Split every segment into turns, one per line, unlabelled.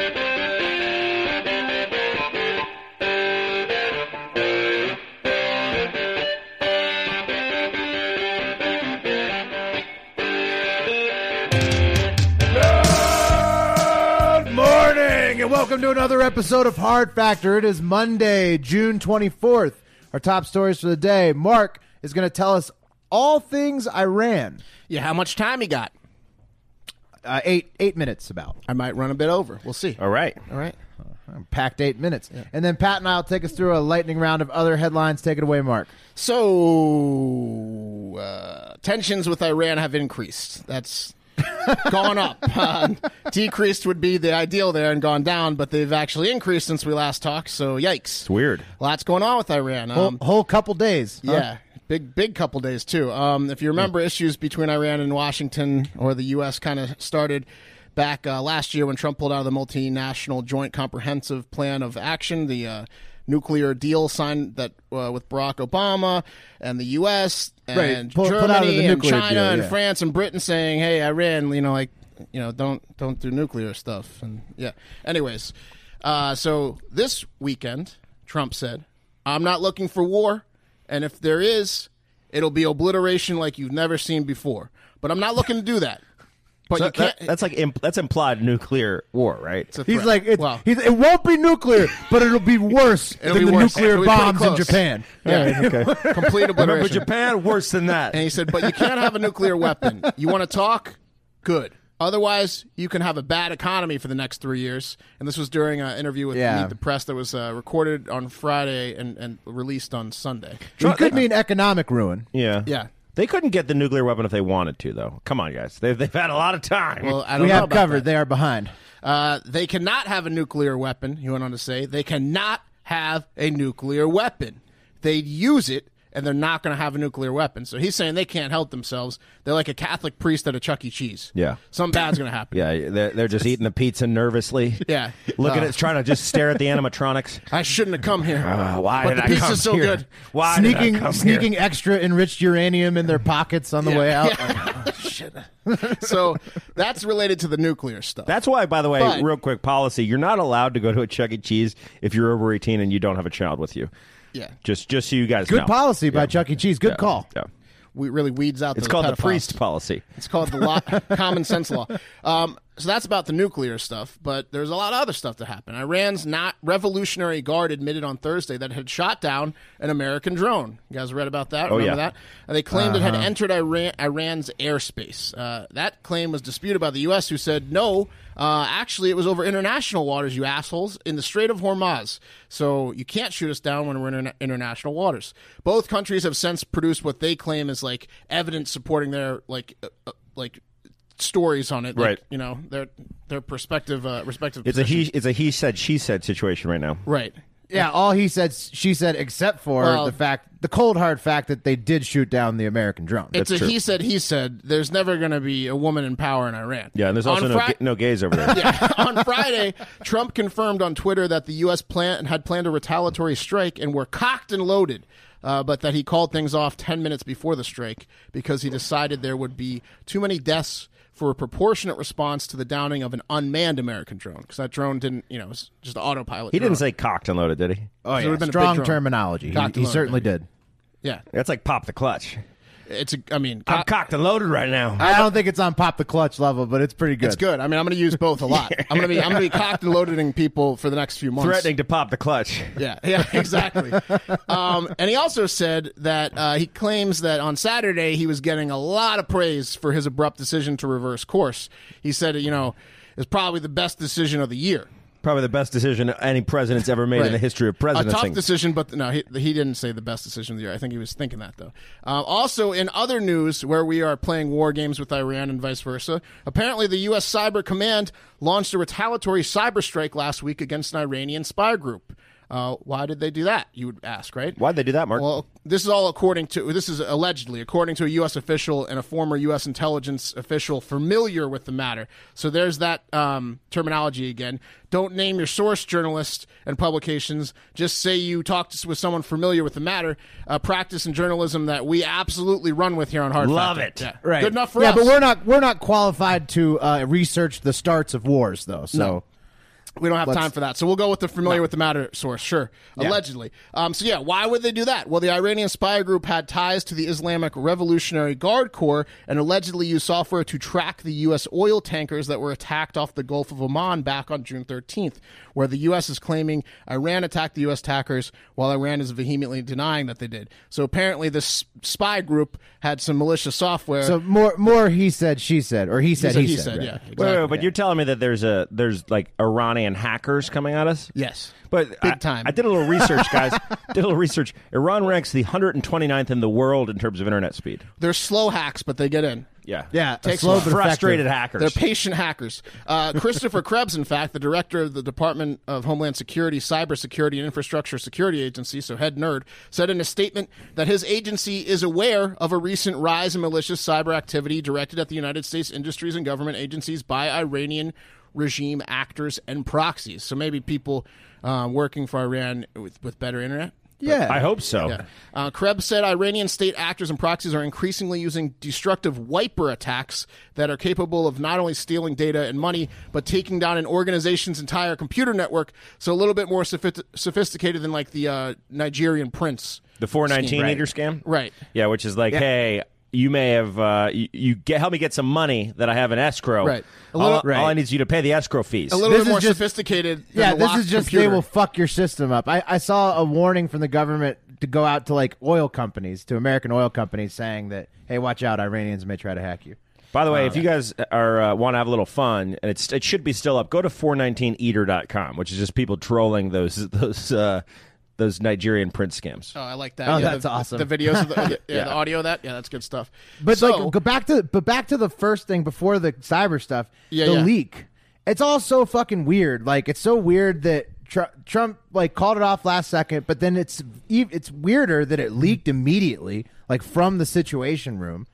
Good morning, and welcome to another episode of Hard Factor. It is Monday, June 24th. Our top stories for the day. Mark is going to tell us all things Iran.
Yeah, how much time you got?
Uh, eight eight minutes about.
I might run a bit over. We'll see.
All right.
All right, packed eight minutes, and then Pat and I'll take us through a lightning round of other headlines. Take it away, Mark.
So, uh, tensions with Iran have increased. That's gone up. Um, decreased would be the ideal there and gone down, but they've actually increased since we last talked. So, yikes.
It's weird.
Lots going on with Iran.
Whole,
Um,
whole couple days. huh?
Yeah. Big, big couple days, too. Um, if you remember, issues between Iran and Washington or the U.S. kind of started back uh, last year when Trump pulled out of the multinational joint comprehensive plan of action, the uh, nuclear deal signed that uh, with Barack Obama and the U.S. and
Right. Pull- pull out of
Germany
the
and
nuclear
China
deal,
and
yeah.
France and Britain saying, "Hey, Iran, you know, like, you know, don't don't do nuclear stuff." And yeah. Anyways, uh, so this weekend, Trump said, "I'm not looking for war, and if there is, it'll be obliteration like you've never seen before. But I'm not looking to do that." But
So
you can't.
that- that's like imp- that's implied nuclear war, right?
it's a
He's
threat.
like, it's,
Wow.
he's, it won't be nuclear, but it'll be worse
It'll
than
be
the
worse.
nuclear
It'll be pretty
bombs in
close.
Japan.
yeah,
okay.
complete
Remember
obliteration.
Japan worse than that.
And he said, but you can't have a nuclear weapon. You want to talk? Good. Otherwise, you can have a bad economy for the next three years. And this was during an interview with
Yeah.
Meet the Press that was uh, recorded on Friday and, and released on Sunday.
It could mean economic ruin.
yeah.
Yeah.
They couldn't get the nuclear weapon if they wanted to though. Come on, guys. They they've had a lot of time.
Well, I don't
We
know
have
about
covered.
that.
They are behind.
Uh, they cannot have a nuclear weapon, he went on to say. They cannot have a nuclear weapon. They'd use it, and they're not going to have a nuclear weapon. So he's saying they can't help themselves. They're like a Catholic priest at a Chuck E. Cheese.
Yeah.
Something bad's going to happen.
yeah, they're, they're just eating the pizza nervously.
Yeah.
Looking
Uh,
at trying to just stare at the animatronics.
I shouldn't have come here.
Uh, why
but
did
the
I
pizza's
come
so
here?
good.
Why did I
sneaking
come
sneaking
here?
extra enriched uranium in their pockets on the way out.
so that's related to the nuclear stuff.
That's why, by the way,
But-
real quick policy: you're not allowed to go to a Chuck E. Cheese if you're over 18 and you don't have a child with you.
yeah,
Just, just so you guys
Good
know.
policy by Chuck E. Cheese. Good
Yeah,
call.
yeah.
we really weeds out.
It's
those
called
pedophiles.
the priest policy.
It's called the law, common sense law. Um, so that's about the nuclear stuff, but there's a lot of other stuff that happened. Iran's not Revolutionary Guard admitted on Thursday that it had shot down an American drone. You guys read about that?
Oh,
Remember
yeah.
that? And they claimed it had
Uh-huh.
entered Iran, Iran's airspace. Uh, that claim was disputed by the U.S., who said, no, uh, actually, it was over international waters, you assholes, in the Strait of Hormuz. So you can't shoot us down when we're in interna- international waters. Both countries have since produced what they claim is like evidence supporting their like uh, uh, like stories on it, like,
Right.
You know their their perspective, uh, respective.
It's a
position.
he. It's a he said, she said situation right now.
right?
Yeah, all he said, she said, except for
Well-
the fact, the cold hard fact that they did shoot down the American drone.
It's a he said he said. There's never going to be a woman in power in Iran.
Yeah, and there's
On
also no,
Fri-
ga- no gays over there.
Yeah. on Friday, Trump confirmed on Twitter that the U.S. plan had planned a retaliatory strike and were cocked and loaded, uh, but that he called things off 10 minutes before the strike because he decided there would be too many deaths for a proportionate response to the downing of an unmanned American drone. Because that drone didn't, you know, it was just an autopilot.
He didn't
drone.
say cocked and loaded, did he?
oh,
it would've been a big
strong
drone.
terminology.
Cocked
He, he
alone,
certainly did.
Yeah.
That's like pop the clutch.
It's, a, I mean,
I'm cocked and loaded right now.
I don't think it's on pop the clutch level, but it's pretty good.
it's good. I mean, I'm going to use both a lot. I'm going to be, I'm going to be cocked and loading people for the next few months.
Threatening to pop the clutch.
Yeah, yeah, exactly. um, and he also said that uh, he claims that on Saturday he was getting a lot of praise for his abrupt decision to reverse course. He said, you know, it's probably the best decision of the year.
Probably the best decision any president's ever made in
Right.
the history of
A tough
presidency.
decision, but no, he, he didn't say the best decision of the year. I think he was thinking that though. Uh, also, in other news, where we are playing war games with Iran and vice versa, apparently the U.S. Cyber Command launched a retaliatory cyber strike last week against an Iranian spy group. Uh, why did they do that? You would ask, right?
Why'd they do that, Mark?
Well, this is all according to this is allegedly according to a U.S. official and a former U.S. intelligence official familiar with the matter. So there's that um, terminology again. Don't name your source, journalists and publications. Just say you talked to- with someone familiar with the matter. A practice in journalism that we absolutely run with here on Hard.
Love
Factor.
it.
Yeah. Good enough for
yeah,
us.
but we're not we're not qualified to uh, research the starts of wars though. So
We don't have
Let's-
time for that. So we'll go with the familiar with the matter source, sure. Allegedly. Um, so, yeah, why would they do that? Well, the Iranian spy group had ties to the Islamic Revolutionary Guard Corps and allegedly used software to track the U.S. oil tankers that were attacked off the Gulf of Oman back on June 13th, where the U.S. is claiming Iran attacked the U.S. attackers while Iran is vehemently denying that they did. So apparently, this spy group had some malicious software.
so more more he said she said or he said
said,
he,
he
said,
said,
right.
yeah.
Wait, wait,
exactly.
wait, but you're telling me that there's a there's like Iranian hackers coming at us?
Yes.
But
Big
I-
time.
I did a little research, guys. did a little research. Iran ranks the 129th in the world in terms of internet speed.
They're slow hacks, but they get in.
Yeah.
Yeah, a
Takes
slow
a
but effective.
Frustrated hackers.
They're patient hackers. Uh, Christopher Krebs, in fact, the director of the Department of Homeland Security, Cybersecurity, and Infrastructure Security Agency, so head nerd, said in a statement that his agency is aware of a recent rise in malicious cyber activity directed at the United States industries and government agencies by Iranian regime actors and proxies. So maybe people uh, working for Iran with, with better internet?
Yeah.
I hope so.
Yeah. Uh, Krebs said Iranian state actors and proxies are increasingly using destructive wiper attacks that are capable of not only stealing data and money, but taking down an organization's entire computer network. So a little bit more sophi- sophisticated than like the uh, Nigerian prince.
The 419
Scheme,
meter scam?
Right.
Yeah, which is like, hey, you may have uh, you, you get help me get some money that I have in escrow.
Right. A
All-
little-
all, I need is you to pay the escrow fees.
A little
This
bit
is
more
just-
sophisticated. Than
yeah,
the
this
locked
is just
computer.
they will fuck your system up. I, I saw a warning from the government to go out to like oil companies, to American oil companies, saying that hey, watch out, Iranians may try to hack you.
By the way,
Oh,
if you guys are uh, want to have a little fun, and it's it should be still up, go to 419eater.com, which is just people trolling those those uh, those Nigerian print scams.
Oh, I like that.
Oh,
Yeah,
that's
the,
awesome.
The videos, of the, yeah, the audio of that. Yeah, that's good stuff.
But
so,
like, go back to but back to the first thing before the cyber stuff.
Yeah,
the
yeah.
leak. It's all so fucking weird. Like it's so weird that Tr- Trump like called it off last second, but then it's ev- it's weirder that it leaked immediately, like from the Situation Room,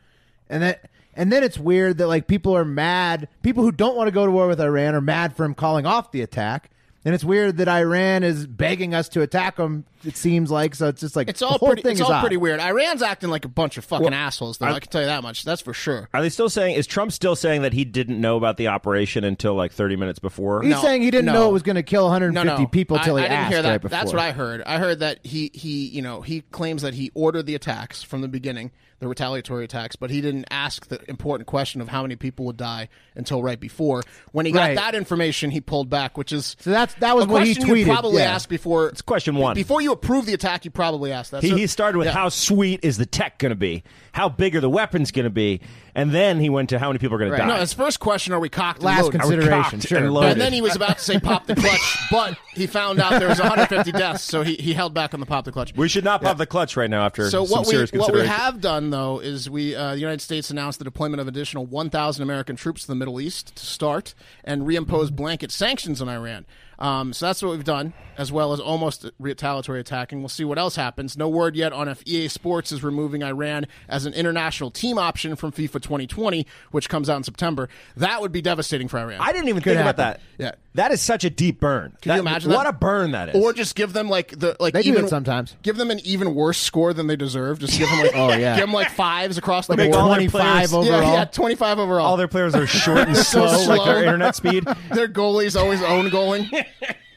and that and then it's weird that like people are mad. People who don't want to go to war with Iran are mad for him calling off the attack. And it's weird that Iran is begging us to attack them. It seems like so. It's just like
it's
the
all
whole
pretty.
thing
It's
is
all
odd.
pretty weird. Iran's acting like a bunch of fucking assholes, though. I can tell you that much. That's for sure.
Are they still saying? Is Trump still saying that he didn't know about the operation until like 30 minutes before?
He's
No,
saying he didn't
no.
know it was going to kill 150
no, no.
people till
I,
he
I didn't
asked
hear that.
right before.
That's what I heard. I heard that he he you know he claims that he ordered the attacks from the beginning, the retaliatory attacks, but he didn't ask the important question of how many people would die until right before. When he
Right.
got that information, he pulled back, which is
So that's- that was
a
what he
question you
tweeted,
probably
yeah.
asked before.
It's question one.
Before you approve the attack, you probably asked that.
He,
So-
he started with
yeah.
how sweet is the tech going to be? How big are the weapons going to be? And then he went to how many people are going to die.
No, his first question: Are we cocked? and
Last
loaded?
Are we
consideration,
cocked
sure.
And,
And
loaded?
And then he was about to say pop the clutch, but he found out there was 150 deaths, so he, he held back on the pop the clutch.
we should not pop the clutch right now after
So
some
what we
serious
what we
consideration.
have done though is we uh, the United States announced the deployment of additional 1,000 American troops to the Middle East to start and reimpose blanket sanctions on Iran. Um, so that's what we've done, as well as almost retaliatory attacking. We'll see what else happens. No word yet on if EA Sports is removing Iran as an international team option from FIFA 2020, which comes out in September. That would be devastating for Iran.
I didn't even
Could
think about
happen.
that.
Yeah.
that is such a deep burn.
Can you imagine that?
What a burn that is.
or just give them like the like
They do
even,
it sometimes.
Give them an even worse score than they deserve. Just give them like
Oh, yeah.
give them like fives across the
Make
board.
all their
25
players-
overall.
Yeah, yeah, 25 overall.
all their players are short and slow, like
slow.
their internet speed.
Their goalies always own goaling.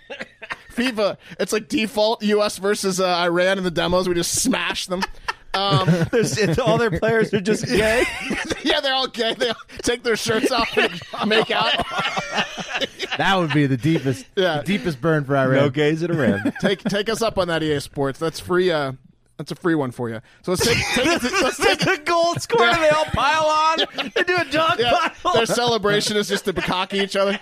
FIFA, it's like default U.S. versus uh, Iran in the demos. We just smash them. Um,
There's, it's, all their players are just gay.
yeah, they're all gay. They all take their shirts off and make out.
That would be the deepest,
Yeah.
the deepest burn for Iran.
no gays at Iran.
Take take us up on that EA Sports. That's free. Uh, that's a free one for you. So let's take, take it. To, let's take
the goal scorer, they all pile on. They do a dog
Yeah, their celebration is just to bukkake each other.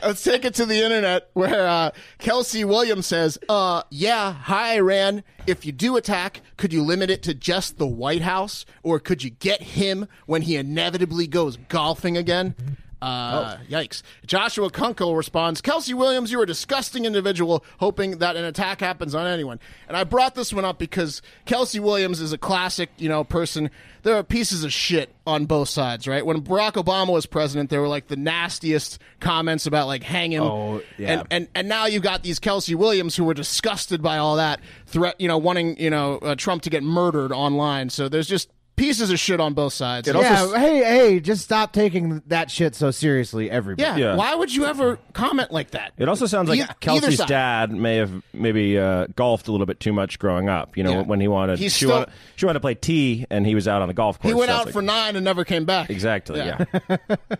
Let's take it to the internet where uh, Kelsey Williams says, uh, Yeah, hi, Iran. If you do attack, could you limit it to just the White House? Or could you get him when he inevitably goes golfing again? Uh, Yikes. Joshua Kunkel responds, Kelsey Williams, you're a disgusting individual hoping that an attack happens on anyone. And I brought this one up because Kelsey Williams is a classic, you know, person. There are pieces of shit on both sides, right? When Barack Obama was president, there were like the nastiest comments about like hang him.
Oh, yeah.
And, and, and now you've got these Kelsey Williams who were disgusted by all that threat, you know, wanting, you know, uh, Trump to get murdered online. So there's just pieces of shit on both sides.
yeah, hey, hey, just stop taking that shit so seriously, everybody.
Yeah.
Yeah.
Why would you ever comment like that?
It also sounds like
E- either
Kelsey's
side.
dad may have maybe uh, golfed a little bit too much growing up. You know,
Yeah.
when he wanted
He's
she
still-
wanted she wanted to play tea, and he was out on the golf course.
He went
so it's
out
like-
for nine and never came back.
exactly.
Yeah.
Yeah.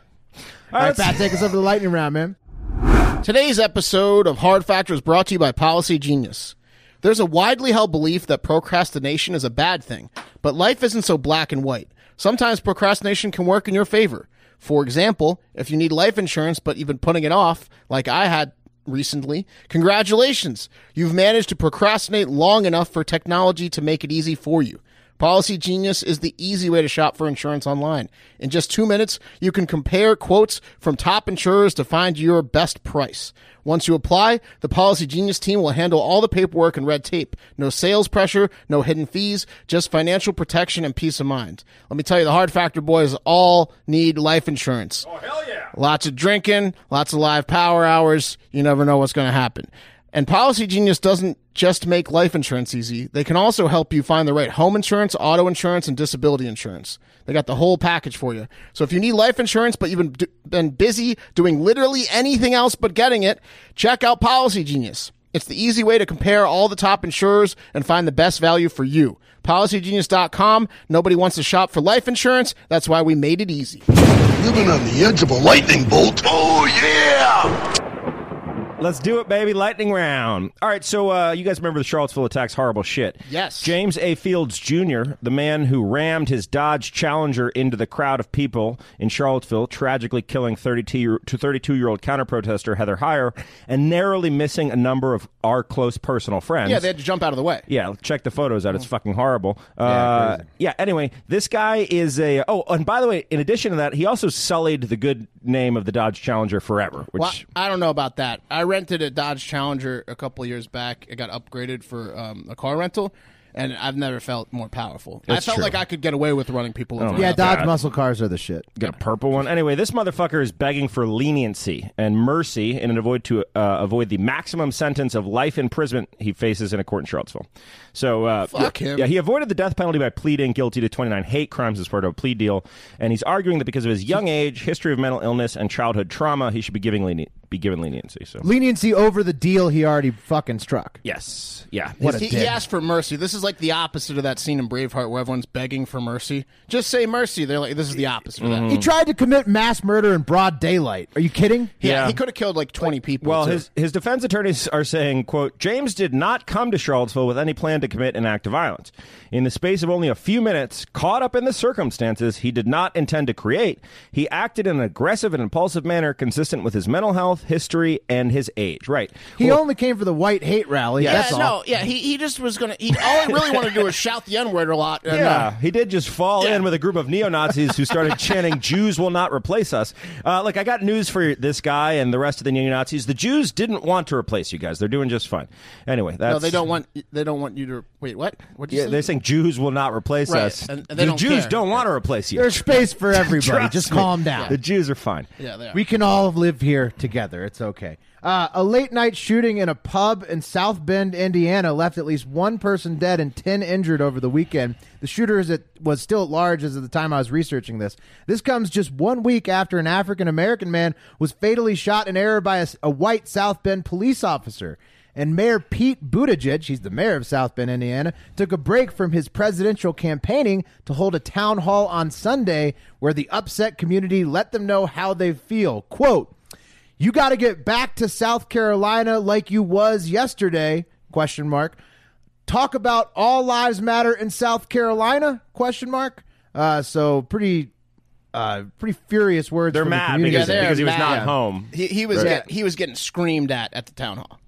All right, Pat, take us over to the lightning round, man.
Today's episode of Hard Factor is brought to you by Policy Genius. There's a widely held belief that procrastination is a bad thing, but life isn't so black and white. Sometimes procrastination can work in your favor. For example, if you need life insurance but you've been putting it off, like I had recently, congratulations! You've managed to procrastinate long enough for technology to make it easy for you. Policy Genius is the easy way to shop for insurance online. In just two minutes, you can compare quotes from top insurers to find your best price. Once you apply, the Policy Genius team will handle all the paperwork and red tape. No sales pressure, no hidden fees, just financial protection and peace of mind. Let me tell you, the Hard Factor boys all need life insurance. Oh, hell yeah. Lots of drinking, lots of live power hours. You never know what's going to happen. And Policy Genius doesn't just make life insurance easy, they can also help you find the right home insurance, auto insurance, and disability insurance. They got the whole package for you. So if you need life insurance, but you've been, d- been busy doing literally anything else but getting it, check out Policy Genius. It's the easy way to compare all the top insurers and find the best value for you. PolicyGenius.com. Nobody wants to shop for life insurance. That's why we made it easy.
Living on the edge of a lightning bolt. Oh, yeah!
Let's do it, baby. Lightning round. All right, so uh, you guys remember the Charlottesville attacks? Horrible shit.
Yes.
James A. Fields Jr., the man who rammed his Dodge Challenger into the crowd of people in Charlottesville, tragically killing 32 to 32 year old counter protester Heather Heyer and narrowly missing a number of our close personal friends.
Yeah, they had to jump out of the way.
Yeah, check the photos
Mm.
out. It's fucking horrible. Uh, yeah, anyway, this guy is a. Oh, and by the way, in addition to that, he also sullied the good name of the Dodge Challenger forever, which.
Well, I don't know about that. I rented a Dodge Challenger a couple of years back. It got upgraded for um, a car rental, and I've never felt more powerful. I
That's
felt
true.
like I could get away with running people over.
Yeah,
Yeah,
Dodge muscle cars are the shit.
Got a purple one. Anyway, this motherfucker is begging for leniency and mercy in an avoid to uh, avoid the maximum sentence of life imprisonment he faces in a court in Charlottesville. So, uh,
Fuck
yeah,
him.
Yeah, he avoided the death penalty by pleading guilty to 29 hate crimes as part of a plea deal, and he's arguing that because of his young age, history of mental illness, and childhood trauma, he should be giving lenient be given leniency. So,
Leniency over the deal he already fucking struck.
yes, yeah,
What a
he,
dick.
he asked for mercy. This is like the opposite of that scene in Braveheart where everyone's begging for mercy. Just say mercy. They're like, this is the opposite of that.
He tried to commit mass murder in broad daylight. Are you kidding?
Yeah,
Yeah.
he could have killed like twenty people.
Well,
too.
his his defense attorneys are saying, "quote James did not come to Charlottesville with any plan to commit an act of violence. In the space of only a few minutes, caught up in the circumstances he did not intend to create, he acted in an aggressive and impulsive manner consistent with his mental health, history, and his age." Right.
He
Well,
only came for the white hate rally.
yeah,
that's
no,
all.
yeah, he, he just was gonna. He, all he really wanted to do was shout the n word a lot. and, uh,
yeah, he did just fall
Yeah.
in with a group of neo Nazis who started chanting, Jews will not replace us. Uh, look, I got news for this guy and the rest of the neo Nazis. The Jews didn't want to replace you guys. They're doing just fine. Anyway, that's.
no, they don't want. They don't want you to wait. What? What?
Yeah, they're saying Jews will not replace
Right,
us.
and- and they
the
don't
Jews
care.
don't want to replace you.
There's space for everybody.
Trust
Just
me.
calm down.
The Jews are fine.
Yeah, they are.
We can all live here together. It's okay. Uh, a late night shooting in a pub in South Bend, Indiana, left at least one person dead and ten injured over the weekend. The shooter is at, was still at large as of the time I was researching this. This comes just one week after an African American man was fatally shot in error by a, s- a white South Bend police officer. And Mayor Pete Buttigieg, he's the mayor of South Bend, Indiana, took a break from his presidential campaigning to hold a town hall on Sunday where the upset community let them know how they feel. Quote, you got to get back to South Carolina like you was yesterday, question mark. Talk about all lives matter in South Carolina, question mark. Uh, so pretty uh, pretty furious words.
They're
from the
mad
community.
because,
Yeah, they're
because he was
mad.
not
Yeah.
home.
He, he was
Right.
get, he was getting screamed at at the town hall.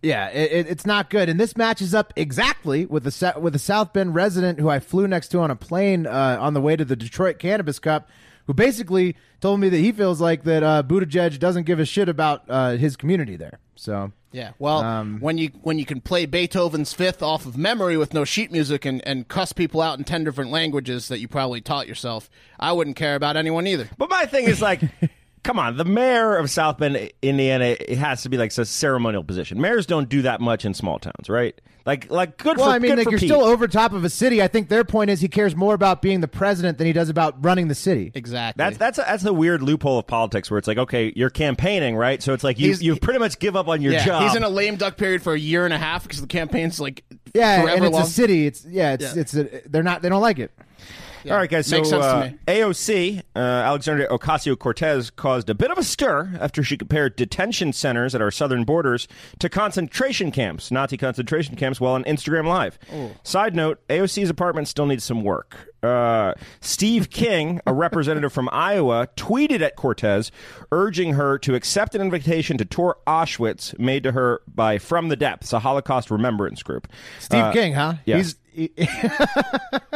Yeah, it, it, it's not good. And this matches up exactly with the Sa- with a South Bend resident who I flew next to on a plane uh, on the way to the Detroit Cannabis Cup, who basically told me that he feels like that uh, Buttigieg doesn't give a shit about uh, his community there. So
Yeah. Well,
Um,
when you when you can play Beethoven's Fifth off of memory with no sheet music and, and cuss people out in ten different languages that you probably taught yourself, I wouldn't care about anyone either.
But my thing is like, come on, the mayor of South Bend, Indiana, it has to be like a ceremonial position. Mayors don't do that much in small towns, right? Like, like good
well,
for
I mean,
good
like
for
you're
Pete.
still over top of a city. I think their point is he cares more about being the president than he does about running the city.
Exactly.
That's that's a, that's the weird loophole of politics where it's like okay you're campaigning right so it's like you
He's-
you pretty much give up on your
yeah.
job
He's in a lame duck period for a year and a half because the campaign's like
Yeah,
forever
and it's
long.
a city. It's yeah, it's it's a, they're not they don't like it.
All right, guys. So
Makes sense to
uh,
me.
AOC, uh, Alexandria Ocasio Cortez, caused a bit of a stir after she compared detention centers at our southern borders to concentration camps, Nazi concentration camps, while on Instagram Live. Side note: AOC's apartment still needs some work. Uh, Steve King, a representative from Iowa, tweeted at Cortez, urging her to accept an invitation to tour Auschwitz made to her by From the Depths, a Holocaust remembrance group.
Steve King, huh?
Uh, yeah.
He's he-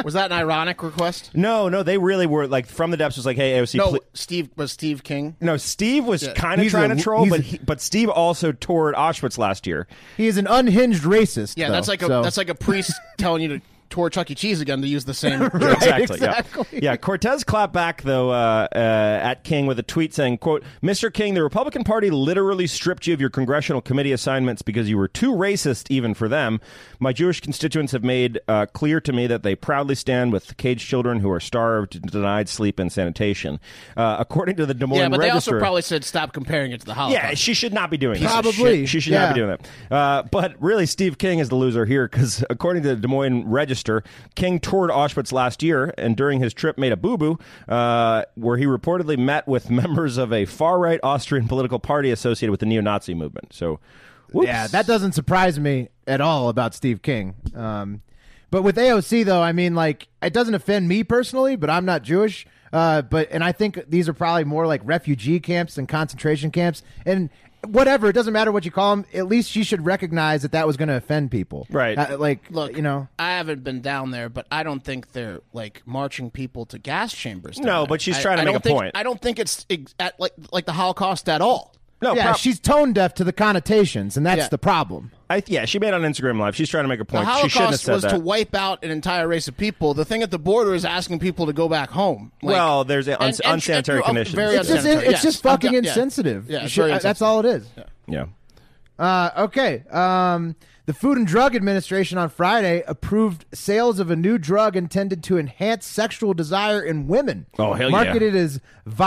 was that an ironic request?
No, no, they really were like From the Depths was like, "Hey, AOC,
No,
pl-
Steve was Steve King.
No, Steve was kind of
He's
trying
a-
to troll,
he's
but
a-
he, but Steve also toured Auschwitz last year.
he is an unhinged racist.
Yeah,
though,
that's like a
so-
that's like a priest telling you to tour Chuck E. Cheese again to use the same.
exactly. yeah.
exactly.
Yeah. Cortez clapped back though uh, uh, at King with a tweet saying, "quote Mr. King, the Republican Party literally stripped you of your congressional committee assignments because you were too racist even for them. My Jewish constituents have made uh, clear to me that they proudly stand with caged children who are starved, denied sleep and sanitation." Uh, according to the Des Moines
Yeah, but they also
Register,
probably said stop comparing it to the Holocaust.
Yeah, she should not be doing that.
Probably.
She, she should not be
Yeah.
doing that. Uh, but really, Steve King is the loser here because, according to the Des Moines Register, King toured Auschwitz last year and during his trip made a boo boo uh, where he reportedly met with members of a far right Austrian political party associated with the neo Nazi movement. So, whoops.
Yeah, that doesn't surprise me at all about Steve King. Um, but with AOC though, I mean, like it doesn't offend me personally, but I'm not Jewish. Uh, but and I think these are probably more like refugee camps than concentration camps, and whatever. It doesn't matter what you call them. At least she should recognize that that was going to offend people,
Right.
Uh, like,
Look,
you know,
I haven't been down there, but I don't think they're like marching people to gas chambers. down
No,
there.
but she's
I-
trying to
I
make
don't
a
think-
point.
I don't think it's ex- at, like like the Holocaust at all.
no,
yeah,
prob-
she's tone deaf to the connotations, and that's
Yeah.
the problem.
I, yeah, she made it on Instagram Live. She's trying to make
The
a point. she shouldn't have
Holocaust
said
was
that.
to wipe out an entire race of people. The thing at the border is asking people to go back home. Like-
Well, there's a- uns- unsanitary
uh,
conditions.
very
It's
It's just,
unsanitary,
it's
yes.
just fucking
Yeah, yeah.
insensitive.
Yeah,
You
it's
should-
very
uh, that's
insensitive.
all it is.
yeah.
Uh, okay. Um, the Food and Drug Administration on Friday approved sales of a new drug intended to enhance sexual desire in women.
Oh, hell yeah.
Marketed as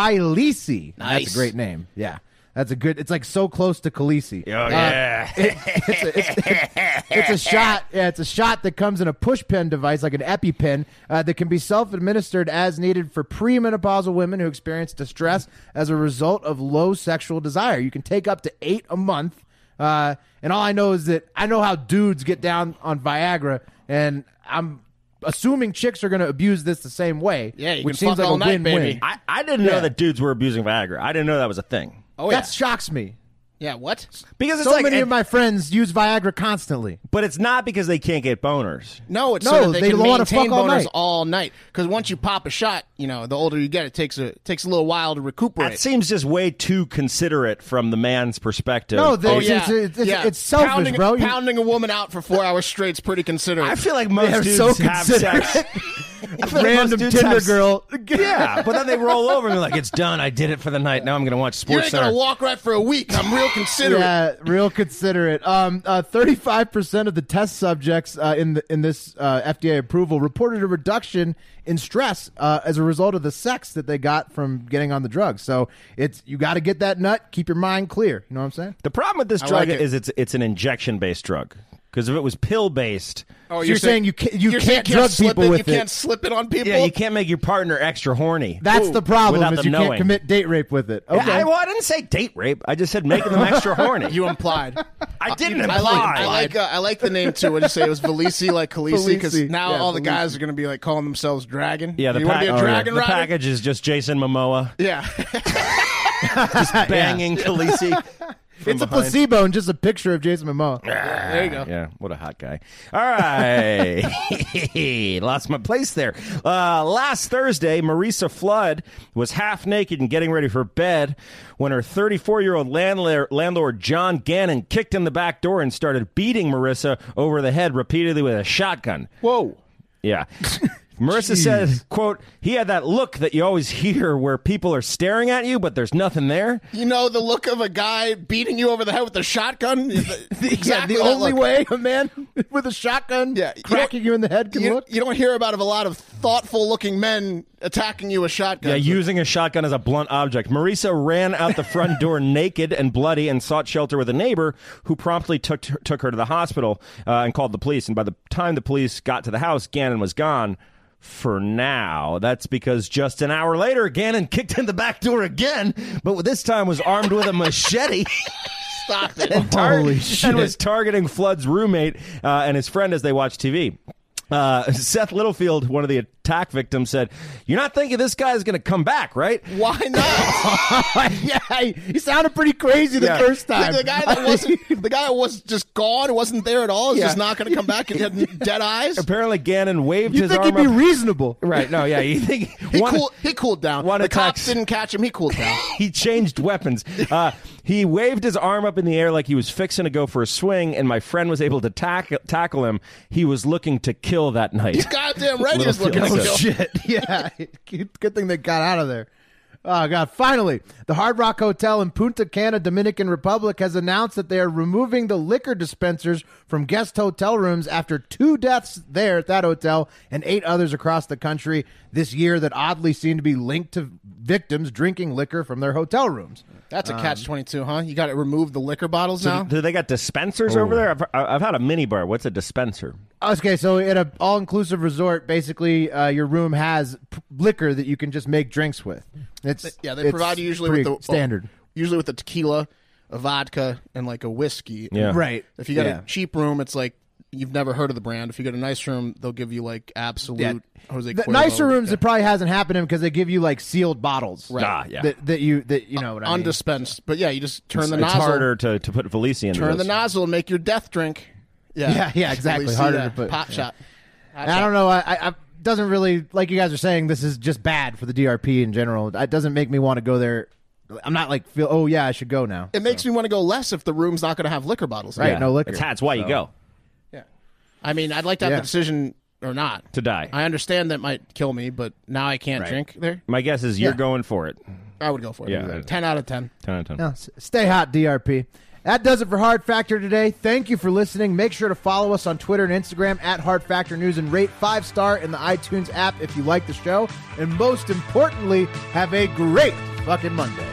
Vilesi. That's
Nice.
a great name. Yeah. That's a good. It's like so close to Khaleesi. Uh,
Oh, yeah.
It's a, it's, it's a shot. Yeah, it's a shot that comes in a push pen device, like an EpiPen, uh, that can be self-administered as needed for premenopausal women who experience distress as a result of low sexual desire. You can take up to eight a month. Uh, and all I know is that I know how dudes get down on Viagra, and I'm assuming chicks are going to abuse this the same way.
Yeah, you
which
can
seems
fuck
like
all
a
night,
win-win.
baby.
I, I didn't know
Yeah.
that dudes were abusing Viagra. I didn't know that was a thing.
oh yeah,
that shocks me.
yeah. What?
Because it's
So
like,
many
it-
of my friends use Viagra constantly.
but it's not because they can't get boners.
No, it's
No,
so that they,
they
can
wanna
maintain
fuck all
boners
night.
all night. Because once you pop a shot, you know the older you get, it takes a it takes a little while to recuperate.
That seems just way too considerate from the man's perspective.
No, they-
Oh
It's-
yeah,
it's- it's-
yeah.
it's selfish,
pounding,
bro. You- Uh,
Pounding a woman out for four hours straight is pretty considerate.
I feel like most
They're
dudes
so
have sex.
considerate.
I feel like most
Random
dudes
Tinder
have-
girl.
Yeah, but then they roll over and they're like, "It's done. I did it for the night. Now I'm going to watch
you
Sports
ain't
Center."
gonna walk right for a week. I'm real considerate.
Yeah, real considerate. Um, thirty-five percent of the test subjects uh, in the, in this uh, FDA approval reported a reduction in stress uh, as a result of the sex that they got from getting on the drug. So it's you got to get that nut. Keep your mind clear. You know what I'm saying?
the problem with this
I
drug
like it.
is it's it's an injection based drug. Because if it was pill based,
Oh,
So you're saying you can't- you
you're
can't
saying
drug
slip
people
it,
with
you
it.
can't slip it on people.
yeah, you can't make your partner extra horny.
That's the problem
Without
is
them
you can't
knowing.
commit date rape with it.
Yeah,
Okay.
I, well, I didn't say date rape. I just said making them extra horny.
You implied.
I didn't imply.
I like I like uh, I like the name too. What did you say? It was Valisi like Khaleesi because
Khaleesi.
now
Yeah,
all the
Khaleesi.
guys are going to be like calling themselves Dragon.
yeah, the,
you want
pack-
to be
oh,
a
yeah.
Dragon
the
rider?
package is just Jason Momoa
Yeah,
banging Khaleesi. from
it's a
behind.
placebo and just a picture of Jason Momoa.
there you go.
Yeah, what a hot guy. All right. Lost my place there. Uh, last Thursday, Marisa Flood was half naked and getting ready for bed when her 34 year old landlord, landlord, John Gannon, kicked in the back door and started beating Marissa over the head repeatedly with a shotgun.
Whoa.
Yeah. Marissa says, quote, he had that look that you always hear where people are staring at you, but there's nothing there.
You know the look of a guy beating you over the head with a shotgun. exactly
yeah,
that
the only
look.
way a man with a shotgun
Yeah, you
cracking
don't-
you in the head can
You,
look.
you don't hear about of a lot of thoughtful-looking men attacking you with
Yeah,
shotguns.
using a shotgun as a blunt object. Marisa ran out the front door naked and bloody and sought shelter with a neighbor who promptly took, took her to the hospital uh, and called the police. And by the time the police got to the house, Gannon was gone for now. That's because just an hour later, Gannon kicked in the back door again, but this time was armed with a machete.
Stop it.
tar-
Holy shit.
and was targeting Flood's roommate uh, and his friend as they watched TV. Uh, Seth Littlefield, one of the attack victims, said, "You're not thinking this guy is going to come back, right?"
Why not?
yeah, he, he sounded pretty crazy the
Yeah.
first time.
the, the guy that wasn't the guy that was just gone, wasn't there at all, is just not going to come back. and had dead eyes.
Apparently, Gannon waved
you
his
think he'd
arm
be
up.
reasonable.
right? No, yeah, you think
He,
one-
cool, he cooled down.
one
the
attack-
cops didn't catch him. He cooled down.
he changed weapons. Uh, he waved his arm up in the air like he was fixing to go for a swing, and my friend was able to tack- tackle him. He was looking to kill that night.
Goddamn right, he was looking
Littlefield
to
said.
kill.
Oh, shit. Yeah. Good good thing they got out of there. Oh, God. Finally, the Hard Rock Hotel in Punta Cana, Dominican Republic, has announced that they are removing the liquor dispensers from guest hotel rooms after two deaths there at that hotel and eight others across the country this year that oddly seem to be linked to victims drinking liquor from their hotel rooms.
That's a
Um,
catch twenty two, huh? You got to remove the liquor bottles now.
Do they got dispensers
Oh.
over there? I've, I've had a mini bar. What's a dispenser?
Okay, so at an all inclusive resort, basically, uh, your room has p- liquor that you can just make drinks with. It's
yeah, they
it's
provide you usually with
pretty
the oh,
standard.
usually with the tequila, a vodka, and like a whiskey.
Yeah.
Right.
If you got
Yeah.
a cheap room, it's like you've never heard of the brand. If you got a nice room, they'll give you like absolute Jose.
the
Cuervo
nicer rooms,
vodka.
it probably hasn't happened in because they give you like sealed bottles, right?
Ah, yeah.
That, that you that you know what I mean.
undispensed. But yeah, you just turn the
it's
nozzle.
harder to, to put Valisi in.
Turn the
those.
nozzle and make your death drink. Yeah,
Yeah, yeah, exactly.
Khaleesi,
Harder
yeah.
to put-
Pop
yeah.
shot. Hot
And I
shot.
don't know. I, I, I doesn't really like you guys are saying this is just bad for the DRP in general. It doesn't make me want to go there. I'm not like feel. Oh yeah, I should go now.
It makes me want to go less if the room's not going to have liquor bottles. in
Right.
it.
No liquor.
That's, that's why you go
Yeah. I mean, I'd like to have
Yeah.
the decision or not.
to die.
I understand that might kill me, but now I can't drink there.
My guess is you're
Yeah.
going for it.
I would go for it.
Yeah, I-
10 out of 10.
Ten out of ten.
No, s- stay hot, DRP. That does it for Hard Factor today. Thank you for listening. Make sure to follow us on Twitter and Instagram at Hard Factor News and rate five star in the iTunes app if you like the show. And most importantly, have a great fucking Monday.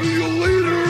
See you later.